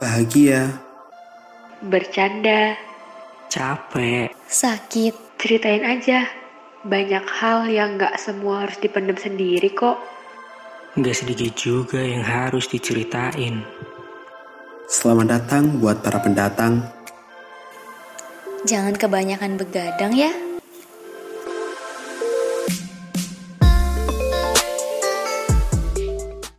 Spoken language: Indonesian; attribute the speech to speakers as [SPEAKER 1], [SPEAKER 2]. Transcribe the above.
[SPEAKER 1] bahagia,
[SPEAKER 2] bercanda,
[SPEAKER 3] capek,
[SPEAKER 4] sakit,
[SPEAKER 2] ceritain aja. Banyak hal yang gak semua harus dipendam sendiri kok.
[SPEAKER 3] nggak sedikit juga yang harus diceritain.
[SPEAKER 1] selamat datang buat para pendatang.
[SPEAKER 4] jangan kebanyakan begadang ya.